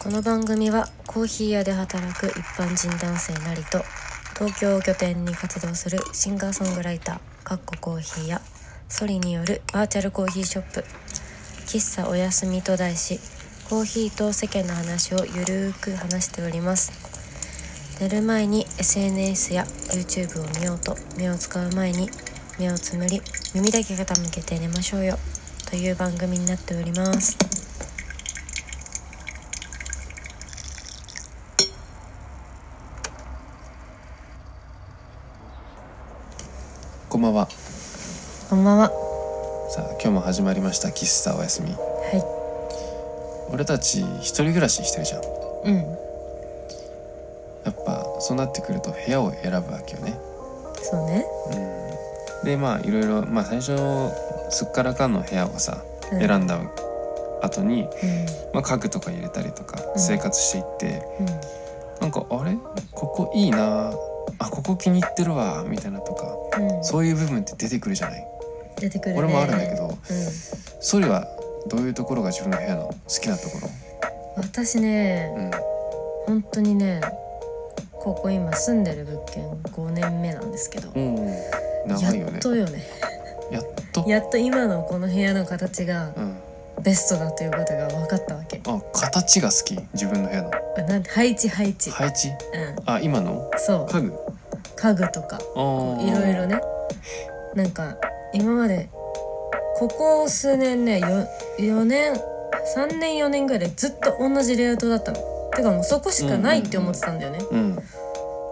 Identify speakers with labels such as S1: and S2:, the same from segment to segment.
S1: この番組はコーヒー屋で働く一般人男性なりと東京を拠点に活動するシンガーソングライターかっこコーヒー屋ソリによるバーチャルコーヒーショップ喫茶おやすみと題しコーヒーと世間の話をゆるーく話しております寝る前に SNS や YouTube を見ようと目を使う前に目をつむり耳だけ傾けて寝ましょうよという番組になっております
S2: こんばんは。
S1: こんばんは
S2: さあ、今日も始まりました。喫茶おやすみ。
S1: は
S2: 俺たち一人暮らししてるじゃん。
S1: いうん
S2: やっぱそうなってくると部屋を選ぶわけよね。
S1: そうね
S2: うん、で、まあいろいろまあ最初すっからかんの部屋をさ
S1: うん
S2: 選んだ後に、
S1: うん
S2: まあ、家具とか入れたりとか
S1: うん
S2: 生活していって、
S1: うん
S2: なんかあれここいいなあここ気に入ってるわみたいなとか
S1: うん
S2: そういう部分って出てくるじゃない。
S1: 出てくるね
S2: 俺もあるんだけど、
S1: うん
S2: ソリはどういうところが自分の部屋の好きなところ？
S1: 私ね
S2: うん。
S1: 本当にねここ今住んでる物件5年目なんですけど
S2: うん。長いよ
S1: や
S2: ね
S1: っ。とよね
S2: やっ と。
S1: やっと今のこの部屋の形が
S2: うん。
S1: ベストだということが分かったわけ
S2: あ、形が好き。自分の部屋の
S1: あなんて配置配置、
S2: 配置。
S1: うん
S2: あ、今の
S1: そう
S2: 家具。
S1: 家具とか
S2: あー
S1: いろいろ。ねなんか今までここ数年ね 4, 4年3年4年ぐらいずっと同じレイアウトだったのてかもうそこしかないって思ってたんだよね、
S2: うん。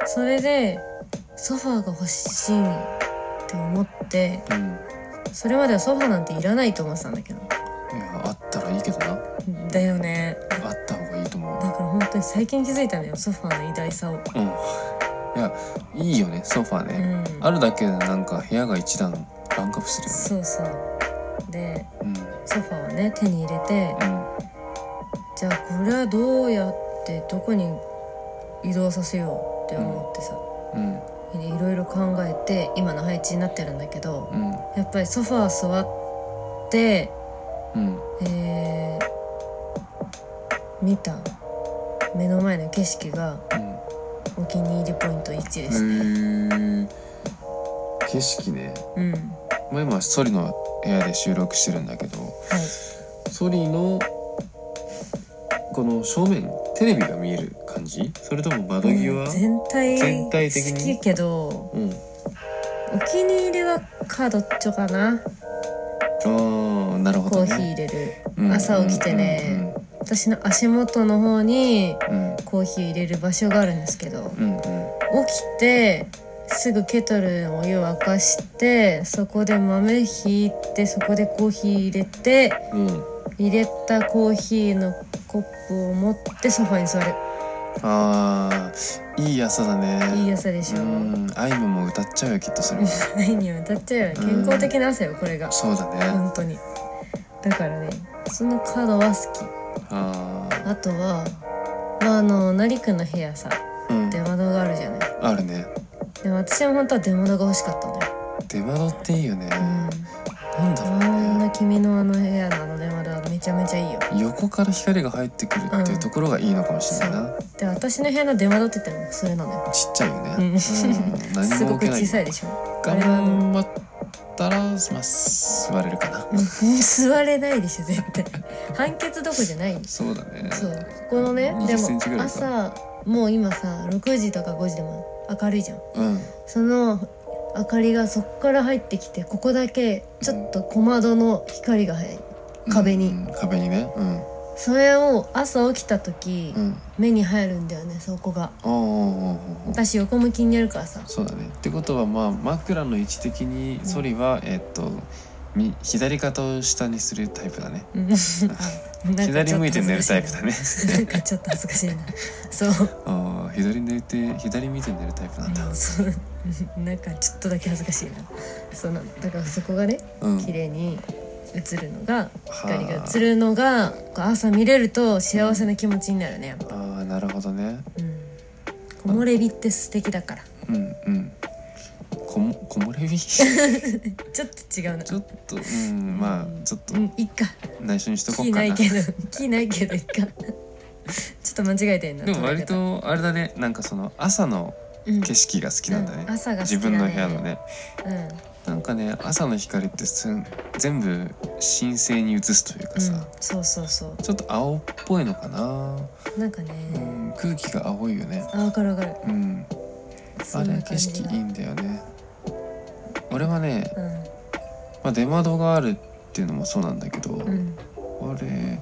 S1: それでソファーが欲しいって思って
S2: うん。
S1: それまではソファーなんていらないと思ってたんだけど
S2: いや、あったらいいけどな。
S1: だよね
S2: あった方がいいと
S1: だ
S2: 思
S1: から本当に最近気づいたんだよソファーの偉大さを
S2: う。うん。いや、いいよね。ソファー
S1: う
S2: ね。
S1: ん
S2: あるだけでなんか部屋が一段ランクアップす
S1: そうそうで
S2: るよね。
S1: ソファーをね手に入れて
S2: うん。
S1: じゃあこれはどうやってどこに移動させようって思ってさ、
S2: うん。
S1: でいろいろ考えて今の配置になってるんだけど
S2: うん。
S1: やっぱりソファー座って
S2: うん。
S1: えー、見た目の前の景色が
S2: うん。
S1: お気に入りポイント1ですね、
S2: うん。へー景色ね。
S1: うんはい
S2: まあ、今ソリの部屋で収録してるんだけど。ソリのこの正面テレビが見える感じそれとも窓際、
S1: うん全体
S2: 全体的に
S1: 好きけど
S2: う
S1: お
S2: ん、
S1: 気に入りはカードっちょかな
S2: ああなるほ
S1: コ
S2: ど
S1: ーヒー入
S2: ね
S1: れる
S2: うん
S1: 朝起きてね私の足元の方に
S2: うん
S1: コーヒー入れる場所があるんですけど
S2: うんうん
S1: 起きてすぐケトルのお湯を沸かしてそこで豆ひいてそこでコーヒー入れて
S2: うんうん
S1: 入れたコーヒーのコップを持ってソファに座る
S2: あーいい朝だね
S1: いい朝でし
S2: う
S1: ょ
S2: んあいみょんも歌っちゃうよきっとそれも
S1: 何に歌っちゃうよ健康的な朝よこれが
S2: そうだね
S1: 本当にだからねそのカードは好
S2: あ
S1: きあとはまああの成君の部屋さ
S2: ーうん
S1: 出窓があるじゃない
S2: あるね
S1: でも私は本当は出窓が欲しかったんだよ
S2: 出窓っていいよね、
S1: う
S2: なんだろ
S1: んあ
S2: うん
S1: な
S2: ね
S1: 君のあの部屋のあの出窓はめちゃめちゃいいよ
S2: 横から光が入ってくるっていうところがいいのかもしれないな、
S1: で私の部屋の出窓って言ったらそれなのよ
S2: ちっちゃいよね。
S1: う
S2: うんん、
S1: す
S2: 何も
S1: ご
S2: 受
S1: く
S2: けな
S1: 小。
S2: い
S1: さいでし ょ
S2: 頑張ったら、まあ、座れるかな。
S1: 座れないでしょ絶対判決どこじゃない
S2: そうだね。
S1: そうここのねで
S2: 20センチぐ
S1: も
S2: らいか
S1: 朝もう今さ6時とか5時でも明るいじゃん
S2: うん。
S1: その明かりがそこから入ってきてここだけちょっと小窓の光が入る壁に
S2: うん壁にね。うん。
S1: それを朝起きた時
S2: うん。
S1: 目に入るんだよねそこが
S2: おーおーおーおー
S1: 私横向きにやるからさ
S2: そうだね。ってことは、まあ、枕の位置的に、ソリは、えっと。み左肩を下にするタイプだね。
S1: うん
S2: 左向いて寝るタイプだね。
S1: なんかちょっと恥ずかしいなそう
S2: ああ、左寝て、左見て寝るタイプなんだ。
S1: そうなんかちょっとだけ恥ずかしいなそうなのだからそこがね
S2: うん。
S1: 綺麗に映るのが光が
S2: はあ
S1: 映るのがこう朝見れると幸せな気持ちになるねやっぱ、
S2: ああ、なるほどね。
S1: うん、木漏れ日って素敵だから
S2: うん、うん。こも、こもれび。
S1: ちょっと違うな
S2: ちょっと、うん、まあ、ちょっと
S1: う、んいっか
S2: 内緒にしとこ
S1: 木
S2: うか
S1: ない
S2: な。
S1: けど木ないけどいっかちちょっと間違えてんな
S2: でも割
S1: 捉
S2: とあれだねなんかその朝の
S1: え方うん
S2: 景色が好きなんだね、
S1: うん朝が好きだ
S2: 自
S1: ね
S2: 分の部屋のね
S1: うん
S2: なんかね朝の光ってすん全部神聖に映すというかさ、
S1: うん、そうそうそ
S2: ちょっと青っぽいのかな、
S1: うなんかね、
S2: うん、空気が青いよね
S1: あ分かる分かる
S2: うん
S1: そ
S2: あ
S1: んな
S2: れ
S1: 感
S2: 景
S1: じ
S2: 色いいんだよね俺はね、
S1: うん
S2: まあ、出窓があるっていうのもそうなんだけど、
S1: うん
S2: 俺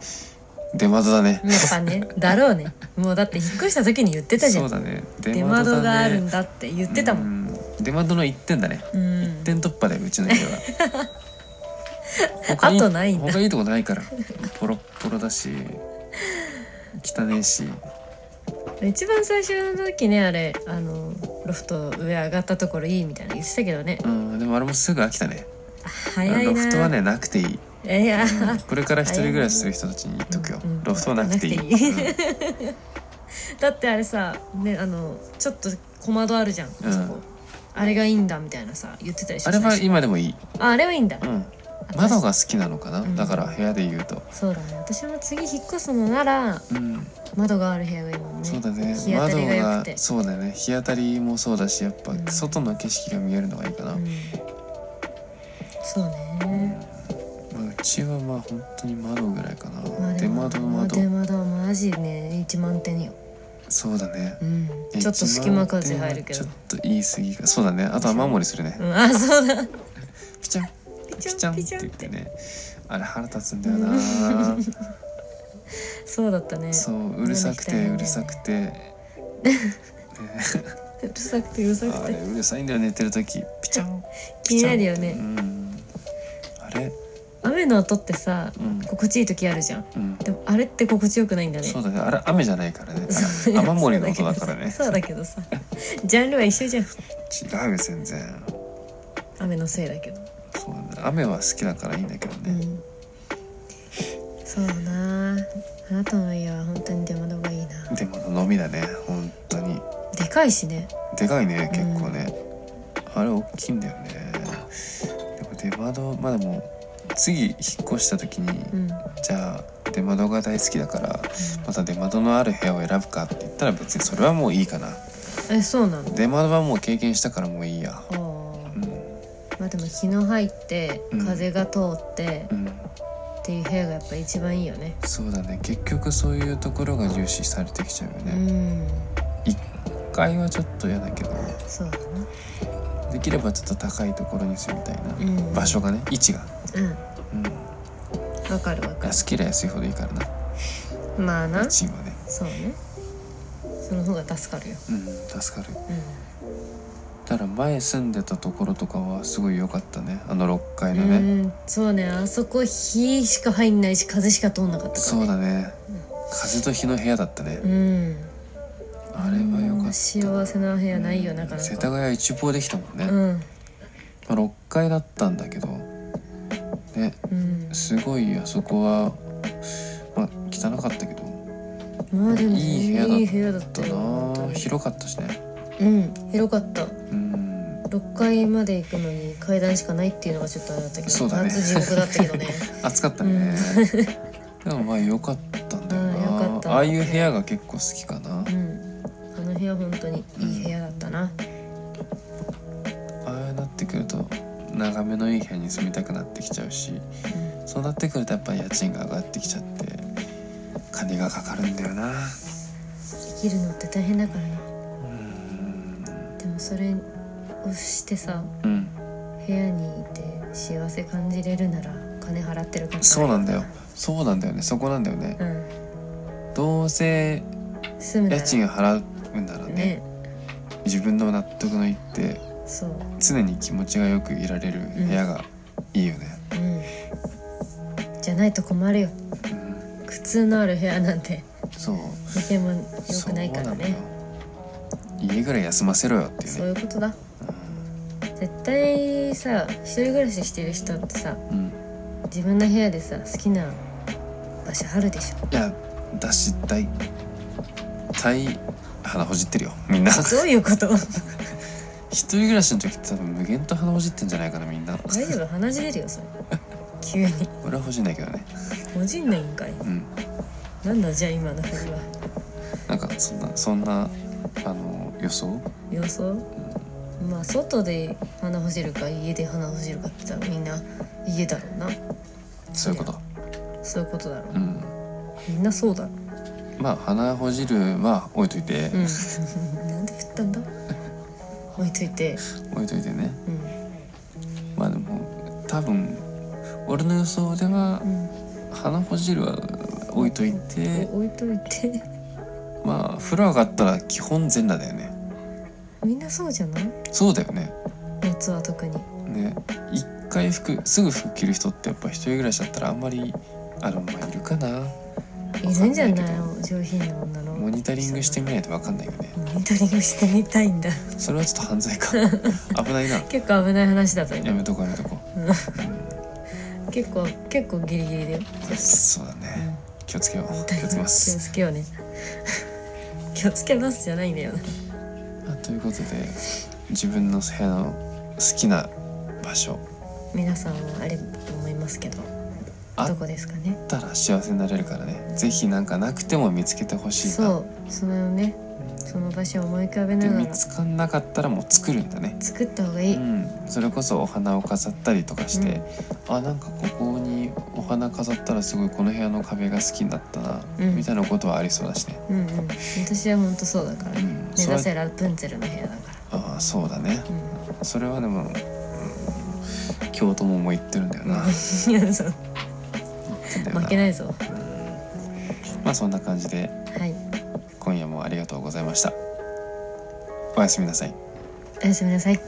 S2: 出窓だね
S1: やっぱね だろうねもうだって引っ越した時に言ってたじゃ
S2: そうんだね
S1: 出窓があるん
S2: だね
S1: だって言ってたも
S2: うんん出窓の一点だね
S1: うん、
S2: 一点突破だようちの家は
S1: あとないんだ
S2: 他いいとこないからポロッポロだし汚ねえし
S1: 一番最初の時ねあれあのロフト上上がったところいいみたいな言ってたけどね
S2: うんでもあれもすぐ飽きたね
S1: 早いな
S2: ロフトはねなくていい、
S1: いやいや、
S2: うんこれから一人暮らしする人たちに言っとくよ、
S1: うんうん
S2: ロフトはなくていい
S1: なくていいだってあれさねあのちょっと小窓あるじゃん、
S2: うん
S1: そこあれがいいんだみたいなさ言ってたりし
S2: あ
S1: て
S2: れ
S1: た
S2: は
S1: し
S2: 今でもいい、
S1: ああれはいいんだ、
S2: うん、
S1: 私
S2: 窓が好きなのかな、
S1: うん
S2: だから部屋で言うと
S1: そうだね私も次引っ越すのなら
S2: うん
S1: 窓がある部屋がいいもんね
S2: そうだね
S1: 日当たりが良くて
S2: 窓そうだね日当たりもそうだしやっぱ
S1: うん
S2: 外の景色が見えるのがいいかな、
S1: うん、そうね、
S2: まあうちはまあ本当に窓ぐらいかな、
S1: まあで
S2: 出
S1: も
S2: 窓窓
S1: 出窓はマジね1万点よ、
S2: そうだね
S1: うん、ちょっと隙間風入るけど
S2: ちょっと言い過ぎかそうだねあと雨漏りするね
S1: うん、あそうだ
S2: ピチャン
S1: ピ
S2: ピチャンって言ってねあれ腹立つんだよな
S1: そうだったね
S2: そううるさくてうるさく て、ね、
S1: うるさくてうるさく
S2: あれ
S1: て
S2: うるさいんだよ寝てる時ピチャン
S1: 気になるよ
S2: う
S1: ね
S2: んあれ
S1: 雨の音ってさ
S2: うん
S1: 心地いい時あるじゃん
S2: うん
S1: でもあれって心地よくないんだね
S2: そうだねあれ雨じゃないからね あ
S1: そう
S2: れ雨漏りの音だからね
S1: そうだけどさジャンルは一緒じゃん
S2: 違うよ全然
S1: 雨のせいだけど
S2: そうだね雨は好きだからいいんだけど
S1: う
S2: ね、
S1: んそうだなあなたの家は本当に出窓がいいな
S2: でも飲みだね本当に
S1: でかいしね
S2: でかいね結構ね、あれ大きいんだよねでも出窓まあでも次引っ越した時に、
S1: うん
S2: じゃあ出窓が大好きだからまた出窓のある部屋を選ぶかって言ったら別にそれはもういいかな
S1: えそうなの
S2: 出窓はもう経験したからもういいや
S1: ああ
S2: うん
S1: まあでも日の入って
S2: うん
S1: 風が通って
S2: うん
S1: っていう部屋がやっぱ一番いいよね
S2: そうだね結局そういうところが重視されてきちゃうよ
S1: う
S2: ね、
S1: ん
S2: 一階はちょっと嫌だけど
S1: そうだな
S2: できればちょっと高いところに住みたいな、
S1: うん
S2: 場所がね位置が、
S1: うん
S2: うん、
S1: わかるわか
S2: 安ければ安いほどいいからな
S1: るまあな
S2: チームはね、
S1: そうねその方が助かるよ
S2: うん、助かる
S1: う
S2: ただ前住んでたところとかはすごい良かったねあの6階
S1: ん、
S2: のね、
S1: うんそうねあそこ日しか入んないし風しか通んなかったから、
S2: そう
S1: ね、
S2: だね
S1: うん
S2: 風と日の部屋だったね、
S1: うん
S2: あれは良かった
S1: 幸せな部屋ないよなかなか
S2: 世田谷一望できたもんね、
S1: う
S2: ま
S1: ん
S2: あ、6階だったんだけどね
S1: うん
S2: すごいあそこはまあ汚かったけど
S1: まあでも
S2: いい部屋だった
S1: いい部屋だった
S2: だ
S1: よ本当
S2: な
S1: に
S2: 広かったしね
S1: うん広かった
S2: うん
S1: 6階まで行くのに階段しかないっていうのがちょっとあれだったけど
S2: そうだね
S1: 夏地獄だったけど ね
S2: 暑かったね、でもまあ良かったんだよ
S1: うん良か
S2: な
S1: った
S2: ああいう部屋が結構好きかな、
S1: うんあの部屋本当にいい部屋だったな
S2: ああなってくると眺めのいい部屋に住みたくなってきちゃうしそうなってくるとやっぱり家賃が上がってきちゃって金がかかるんだよな
S1: 生きるのって大変だからね
S2: うん
S1: でもそれをしてさ
S2: うん
S1: 部屋にいて幸せ感じれるなら金払ってるから
S2: そうなんだよそうなんだよねそこなんだよね
S1: うん
S2: どうせ
S1: 住むな
S2: 家
S1: ら
S2: 賃払うんならね
S1: ね
S2: 自分の納得のいって
S1: そう
S2: 常に気持ちがよくいられる部屋がいいよね、
S1: うんじゃないと困るよ
S2: うん
S1: 苦痛のある部屋なんて
S2: そう
S1: 見てもよ
S2: そ
S1: く
S2: う
S1: ないからね
S2: なのよ家ぐらい休ませろよっていう
S1: そう
S2: ね
S1: いうことだ絶対さ一人暮らししてる人ってさ
S2: うん、うん
S1: 自分の部屋でさ好きな場所あるでしょ
S2: いやだし大体鼻ほじってるよみんな
S1: どういうこと
S2: 一人暮らしの時って多分無限と鼻ほじってんじゃないかなみんな
S1: 大丈夫鼻血出るよそれ急に
S2: 俺はほじんないけどね
S1: 個人ないんかい
S2: うん
S1: なんだじゃあ今の振りは
S2: なんかそんなそんなあの予想、
S1: 予想まあ外で花ほじるか家で花ほじるかって言ったらみんな家だろうな
S2: そういうこと。
S1: そういうことだろう
S2: うん
S1: みんなそうだろう
S2: まあ鼻ほじるは置いといて、
S1: うんなんで振ったんだ置いといて
S2: 置いといてね
S1: うん
S2: まあでも多分俺の予想では
S1: うん
S2: 鼻ほじるは置いといて
S1: お置いといて
S2: まあ風呂上がったら基本全裸だよね
S1: みんなそうじゃない
S2: そうだよね
S1: 夏は特に
S2: ね一回服すぐ服着る人ってやっぱ一人暮らしだったらあんまりあのまあいるかない
S1: るんじゃ
S2: わ
S1: な
S2: か
S1: い
S2: ん
S1: 上品な女の
S2: モニタリングしてみないと分かんないよね
S1: モニタリングしてみたいんだ
S2: それはちょっと犯罪か危ないな
S1: 結構危ない話だぞ
S2: や
S1: 今
S2: めとこうやめとこ
S1: 結構結構ギリギリだよ
S2: うそうだね気をつけよう気をつけ
S1: 気
S2: ま
S1: を
S2: す
S1: つけようね気をつけますじゃないんだよな
S2: まあということで自分の部屋の好きな場所
S1: 皆さんはあれと思いますけど
S2: あ
S1: どこですかね
S2: あったら幸せになれるからねぜひなんかなくても見つけてほしいな
S1: そうそのねその場所を思い浮かべ
S2: で
S1: なが
S2: 見
S1: ら
S2: つかんなかったらもう作るんだね
S1: 作った方がいい、
S2: うん、それこそお花を飾ったりとかして、あなんかここにお花飾ったらすごいこの部屋の壁が好きになったな、
S1: うん
S2: みたいなことはありそうだしね、
S1: うんうん私は本当そうだから
S2: う
S1: 目
S2: ん、
S1: 指
S2: それ
S1: せラプンツェルの部屋だか
S2: ああそうだね
S1: ら
S2: それはでも、うん、京都ももう言ってるんだよ
S1: うん
S2: な、
S1: いやそう
S2: 言ってんだよ
S1: 負けないぞ
S2: まあそんな感じで
S1: はい
S2: 今夜もありがとうございましたおやすみなさい
S1: おやすみなさい